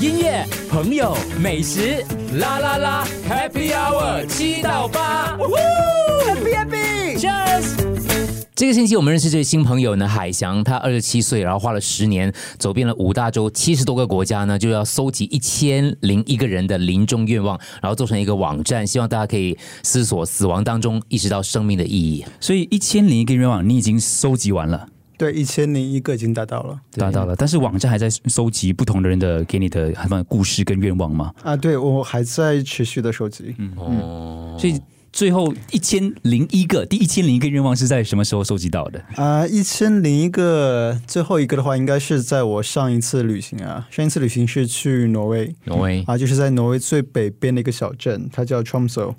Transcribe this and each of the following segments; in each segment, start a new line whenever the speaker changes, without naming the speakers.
音乐、朋友、美食，啦啦啦，Happy Hour 七到八，Happy Happy，Cheers。这个星期我们认识这位新朋友呢，海翔，他二十七岁，然后花了十年走遍了五大洲七十多个国家呢，就要搜集一千零一个人的临终愿望，然后做成一个网站，希望大家可以思索死亡当中意识到生命的意义。
所以一千零一个愿望你已经收集完了，
对，一千零一个已经达到了
达到了，但是网站还在收集不同的人的给你的他们的故事跟愿望嘛，
啊！对我还在持续的收集，
哦，
所以最后一千零一个第一千零一个愿望是在什么时候收集到的？
啊，一千零一个最后一个的话，应该是在我上一次旅行啊，上一次旅行是去挪威
挪威，
啊，就是在挪威最北边的一个小镇，它叫 Tromso，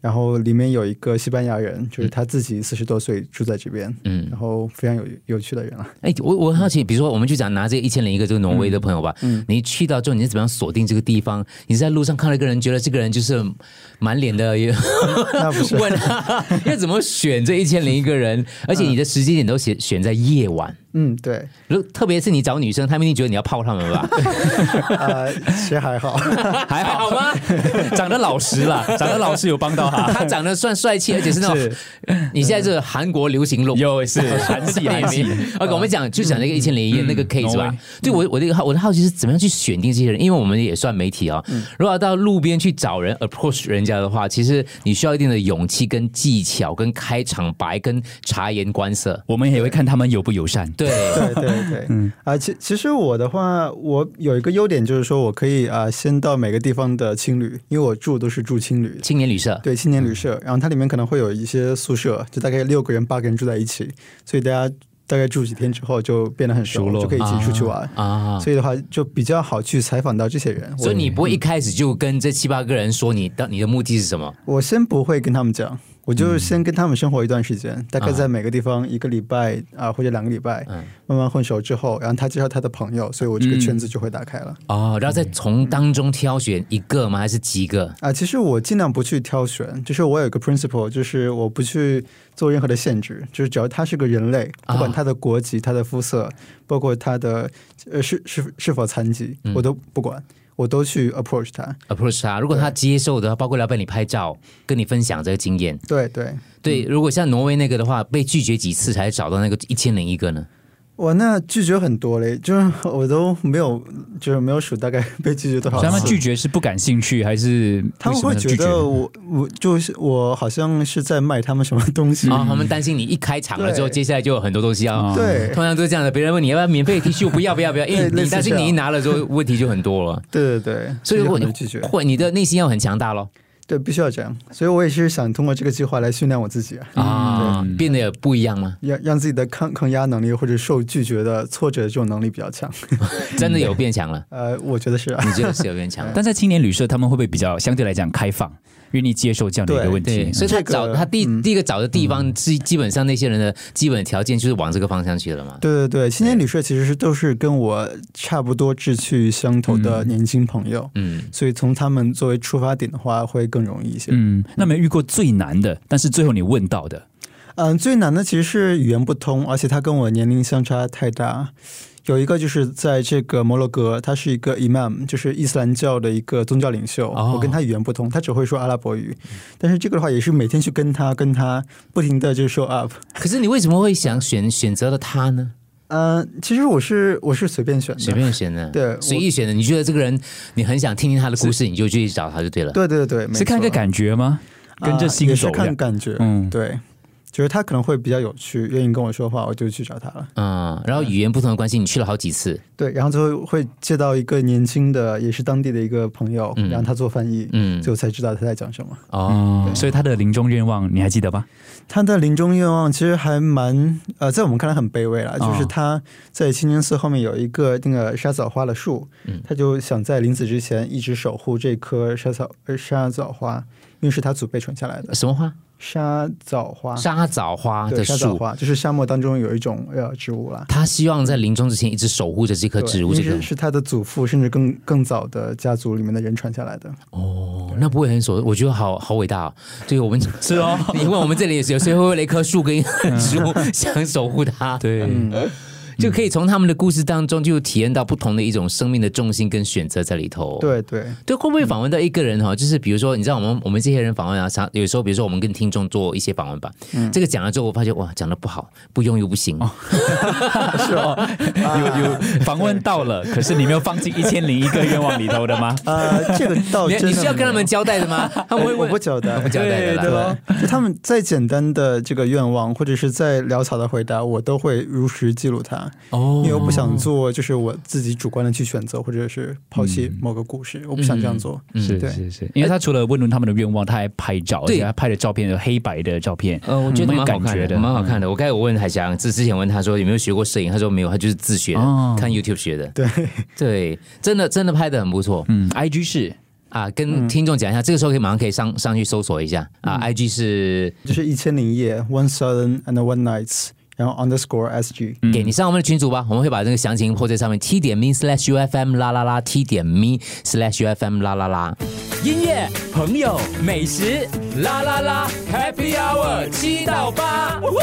然后里面有一个西班牙人，就是他自己四十多岁住在这边，
嗯
然后非常有有趣的人啊。
哎，我我很好奇，比如说，我们就讲拿这一千零一个这个挪威的朋友吧，你去到之后，你是怎么样锁定这个地方？你是在路上看到一个人，觉得这个人就是满脸 的
那不是
问号， 要怎么选这一千零一个人？而且你的时间点都选选在夜晚，
嗯，对，
如特别是你找女生，她们一定觉得你要泡她们吧？
啊， 其实还好，
还好吗？
长得老实啦，长得老实有帮到他。
他长得算帅气，而且是那种你现在是韩国流行路。
有是韩系韩 系，嗯
OK，我们讲就讲那个一千零一夜那个 case
挪
吧
威。
对我我的一个好我的好奇是怎么样去选定这些人，因为我们也算媒体啊、
嗯
如果要到路边去找人 approach 人家的话，其实你需要一定的勇气、跟技巧、跟开场白、跟察言观色。
我们也会看他们友不友善。
对，
对对对，嗯啊，其其实我的话，我有一个优点就是说我可以啊，先到每个地方的青旅，因为我住都是住青旅，
青年旅社。
对
嗯
青年旅社，然后它里面可能会有一些宿舍，就大概六个人、八个人住在一起，所以大家大概住几天之后就变得很熟
熟络
就可以一起出去玩。
啊，
所以的话，就比较好去采访到这些人。
所
我
以你不会一开始就跟这七八个人说你的你的目的是什么？
我先不会跟他们讲，我就先跟他们生活一段时间，大概
嗯啊
在每个地方一个礼拜啊、或者两个礼拜，
嗯
慢慢混熟之后，然后他介绍他的朋友，所以我这个
嗯
圈子就会打开了。
哦，然后再从当中挑选一个吗？还是几个？
啊，其实我尽量不去挑选，就是我有一个 principle，就是我不去做任何的限制，就是只要他是个人类，
啊
不管他的国籍、他的肤色，包括他的呃是是是否残疾，
嗯
我都不管，我都去 approach 他。
approach 他，如果他接受的话，包括来帮你拍照，跟你分享这个经验。
对对，
对，如果像挪威那个的话，被拒绝几次才找到那个一千零一个呢？
我那拒绝很多嘞，就是我都没有，就是没有数大概被拒绝多
所
少次。
以他们拒绝是不感兴趣，还是
他们会
为什么
觉
拒绝
得我我就是我好像是在卖他们什么东西。
啊、他们担心你一开场了之后，
对
接下来就有很多东西要。
啊
对
通常都是这样的，别人问你要不要免费的 T 恤，不要不要不要，因为
对类
你
似
担心
这样
你一拿了之 后问题就很多了。
对对对，
所以如果你
就很多拒绝，
会，你的内心要很强大咯。
对，必须要这样。所以我也是想通过这个计划来训练我自己啊。
啊，变得不一样吗？
让让自己的抗抗压能力或者受拒绝的挫折这种能力比较强。，
真的有变强了
嗯呃，我觉得是、啊。
你觉得是有变强了。
但在青年旅社，他们会不会比较相对来讲开放，愿意接受这样的一个
对
问题
对，？所以他
这个
找他第第一个找的地方是基本上那些人的基本条件就是往这个方向去了嘛。
对对对，青年旅社其实是都是跟我差不多志趣相投的年轻朋友，
嗯，
所以从他们作为出发点的话，会更容易一些。嗯、
嗯，那没有遇过最难的，但是最后你问到的，
嗯最难的其实是语言不通，而且他跟我年龄相差太大。有一个就是在这个摩洛哥，他是一个 imam，就是伊斯兰教的一个宗教领袖。
哦嗯
我跟他语言不通，他只会说阿拉伯语，但是这个的话也是每天去跟他跟他不停的就 show up。
可是你为什么会想选选择了他呢？
嗯，其实我是我是随便选的，
随便选的，
对我
随意选的。你觉得这个人，你很想听听他的故事，你就去找他就对了。
对对对，没
是看
错
个感觉吗？跟着
啊
心
也
走的
是看感觉，
嗯
对，就是他可能会比较有趣，愿意跟我说话，我就去找他了。
嗯，然后语言不同的关系，你去了好几次，
对，然后最后会接到一个年轻的，也是当地的一个朋友，
嗯
然后他做翻译，
嗯，
最后才知道他在讲什么。
哦，
哦，所以他的临终愿望你还记得吧？
他的临终愿望其实还蛮呃，在我们看来很卑微了，
哦
就是他在清真寺后面有一个那个沙枣花的树，
嗯
他就想在临死之前一直守护这棵沙枣呃沙枣花，因为是他祖辈传下来的
什么花？
沙枣花。
沙枣花
对，
的
沙枣
树，
花就是沙漠当中有一种呃植物啦。
他希望在临终之前一直守护着这棵
对
植物，
因
这
为
个
是是他的祖父，甚至更更早的家族里面的人传下来的。
哦，那不会很所，我觉得好好伟大、哦。对我们是哦，你问我们这里有谁会为了一棵树跟一棵植物想守护它？
对，
嗯，
就可以从他们的故事当中就体验到不同的一种生命的重心跟选择在里头。
对对，
对，会不会访问到一个人哈？就是比如说，你知道我们我们这些人访问啊，常有时候比如说我们跟听众做一些访问吧，
嗯
这个讲了之后，我发现哇，讲的不好，不用又不行。
哦是哦，
有有访问到了，可啊是你没有放进一千零一个愿望里头的吗？
呃，这个倒
你
真的
你是要跟他
没
们
有
交代的吗？他们会
我
问
不交代，
不交代的啦
对吧？就他们再简单的这个愿望，或者是再潦草的回答，我都会如实记录它，
哦
因为我不想做，就是我自己主观的去选择，或者是抛弃某个故事，我不想这样做。
嗯
是
对
是是，因为他除了问问他们的愿望，他还拍照，而
对
且他拍的照片有黑白的照片，
呃，我觉得蛮
蛮有
好
感
看
觉
的，
的，嗯
蛮好看的。我刚才我问海翔，之之前问他说有没有学过摄影，他说没有，他就是自学的，
哦
看 YouTube 学的。
对，
对，真的真的拍的很不错
嗯，IG 嗯是
啊！跟听众讲一下，这个时候可以马上可以上上去搜索一下
嗯
啊，IG 是
就是一千零夜 （One Thousand and One Nights），然后 underscore SG。
嗯
给你上我们的群组吧，我们会把这个详情铺在上面，t 点 me slash ufm 啦啦啦，t 点 me slash ufm 啦啦啦。音乐、朋友、美食，啦啦啦，Happy Hour 七到八，呜呼